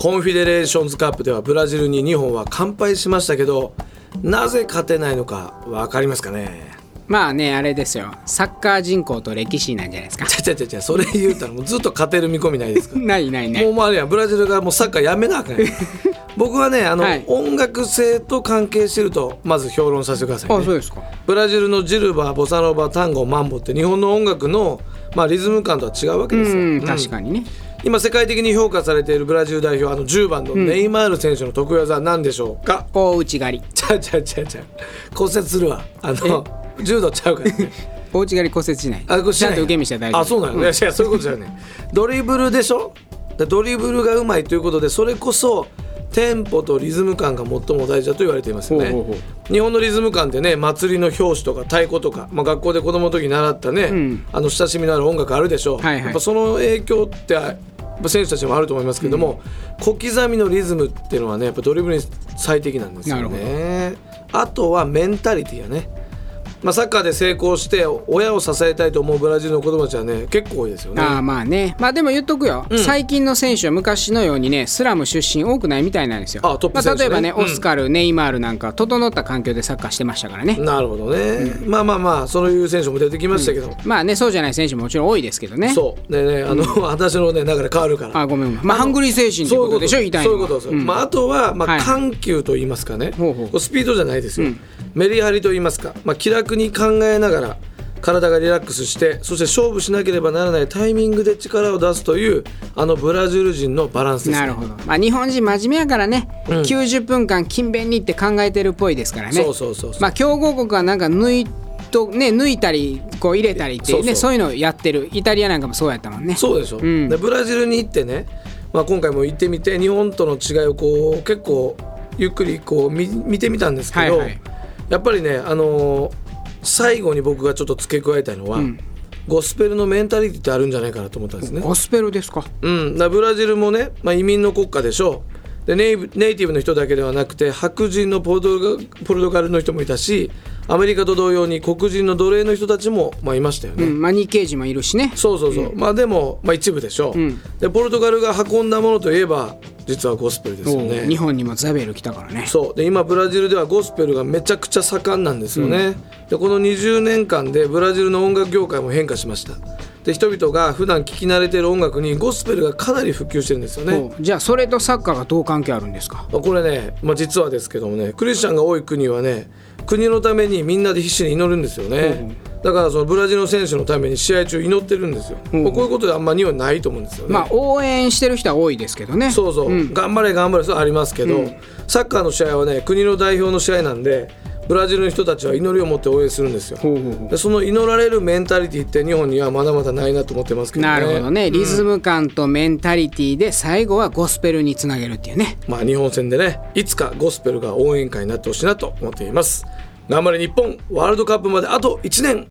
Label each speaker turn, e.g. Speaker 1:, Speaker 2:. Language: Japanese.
Speaker 1: コンフィデレーションズカップではブラジルに日本は完敗しましたけどなぜ勝てないのか分かりますかね
Speaker 2: まあねあれですよサッカー人口と歴史なんじゃないですか
Speaker 1: ちゃちゃちゃそれ言うたらもうずっと勝てる見込みないですか
Speaker 2: ないない
Speaker 1: も
Speaker 2: ね
Speaker 1: うもうあれやんブラジルがもうサッカーやめなあかん やん僕はねあの、
Speaker 2: はい
Speaker 1: 音楽性と関係してるとまず評論させてください、ね、
Speaker 2: あそうですか
Speaker 1: ブラジルのジルバボサノバタンゴマンボって日本の音楽の、まあ、リズム感とは違うわけ
Speaker 2: う
Speaker 1: ですよ、
Speaker 2: ん
Speaker 1: うん
Speaker 2: 確かにね
Speaker 1: 今世界的に評価されているブラジル代表あの10番のネイマール選手の得意技は何でしょうか、
Speaker 2: 大内刈り
Speaker 1: ちゃうちゃうちゃうちゃう骨折するわあの柔道ちゃうからね
Speaker 2: 大内刈り骨折しない
Speaker 1: あこれし
Speaker 2: ち
Speaker 1: ない
Speaker 2: ゃんと受け身したら大丈夫
Speaker 1: あそうなの、いやいやそういうことじゃねドリブルでしょでドリブルがうまいということでそれこそテンポとリズム感が最も大事だと言われていますよね
Speaker 2: ほうほうほ
Speaker 1: 日本のリズム感ってね祭りの拍子とか太鼓とか、まあ、学校で子供の時に習ったね、
Speaker 2: ん
Speaker 1: あの親しみのある音楽あるでしょう、
Speaker 2: はいはい
Speaker 1: やっぱその影響ってやっぱ選手たちもあると思いますけども、小刻みのリズムっていうのはねやっぱドリブルに最適なんですよ
Speaker 2: なるほど
Speaker 1: ねあとはメンタリティやねまあ、サッカーで成功して親を支えたいと思うブラジルの子供たちはね結構多いですよね。
Speaker 2: ああまあねまあでも言っとくよ、最近の選手は昔のようにねスラム出身多くないみたいなんですよ
Speaker 1: あトップ選手ね
Speaker 2: まあ、例えば
Speaker 1: う
Speaker 2: ね、
Speaker 1: ん
Speaker 2: オスカルネイマールなんかは整った環境でサッカーしてましたからね、
Speaker 1: なるほどね、まあまあまあそういう選手も出てきましたけど、
Speaker 2: まあねそうじゃない選手ももちろん多いですけどね
Speaker 1: そうでねあの、話のね流れ変わるから。
Speaker 2: あごめんごめんまあハングリー精神っ
Speaker 1: そう
Speaker 2: て
Speaker 1: いう
Speaker 2: こ
Speaker 1: こと
Speaker 2: とでしょ言いたい
Speaker 1: そうい
Speaker 2: の
Speaker 1: う
Speaker 2: は
Speaker 1: ことですよ、
Speaker 2: うん
Speaker 1: まあ、あとは、まあ
Speaker 2: はい
Speaker 1: 緩急と言いますかね、
Speaker 2: ほうほう
Speaker 1: こうスピードじゃないですよ、メリハリと言いますか、まあ、気楽に考えながら体がリラックスしてそして勝負しなければならないタイミングで力を出すというあのブラジル人のバランスですね
Speaker 2: なるほど、まあ、日本人真面目やからね、
Speaker 1: ん
Speaker 2: 90分間勤勉にって考えてるっぽいですからね
Speaker 1: そうそうそうそう
Speaker 2: まあ、強豪国はなんか抜いと、ね、抜いたりこう入れたりっていうね
Speaker 1: そうそう
Speaker 2: そういうのをやってるイタリアなんかもそうやったもん ね
Speaker 1: そうでしょ、
Speaker 2: ん
Speaker 1: でブラジルに行ってね、まあ、今回も行ってみて日本との違いをこう結構ゆっくりこう見見てみたんですけど、
Speaker 2: はいはい
Speaker 1: やっぱりね、あのー最後に僕がちょっと付け加えたいのは、ゴスペルのメンタリティってあるんじゃないかなと思ったんですね。
Speaker 2: ゴスペルですか
Speaker 1: うん、だからブラジルもね、まあ、移民の国家でしょうでネイブネイティブの人だけではなくて白人のポルトガポルトガルの人もいたしアメリカと同様に黒人の奴隷の人たちも、まあ、いましたよね。
Speaker 2: うん、マニーケージもいるしね
Speaker 1: そうそうそう、まあでも、まあ、一部でしょう、でポルトガルが運んだものといえば実はゴスペルですよね
Speaker 2: 日本にもザベル来たからね
Speaker 1: そうで今ブラジルではゴスペルがめちゃくちゃ盛んなんですよね、でこの20年間でブラジルの音楽業界も変化しましたで人々が普段聴き慣れてる音楽にゴスペルがかなり普及してるんですよね
Speaker 2: おじゃあそれとサッカーがどう関係あるんですか
Speaker 1: まあこれね、まあ、実はですけどもねクリスチャンが多い国はね国のためにみんなで必死に祈るんですよね、だからそのブラジルの選手のために試合中祈ってるんですよ、まあこういうことであんま日本ないと思うんですよね、
Speaker 2: まあ応援してる人は多いですけどね
Speaker 1: そうそう、頑張れ頑張れそうありますけど、サッカーの試合はね国の代表の試合なんでブラジルの人たちは祈りを持って応援するんですよ
Speaker 2: ほうほうほう
Speaker 1: でその祈られるメンタリティって日本にはまだまだないなと思ってますけどね
Speaker 2: なるほどねリズム感とメンタリティで最後はゴスペルにつなげるっていうね
Speaker 1: まあ日本戦でねいつかゴスペルが応援歌になってほしいなと思っています頑張れ日本ワールドカップまであと1年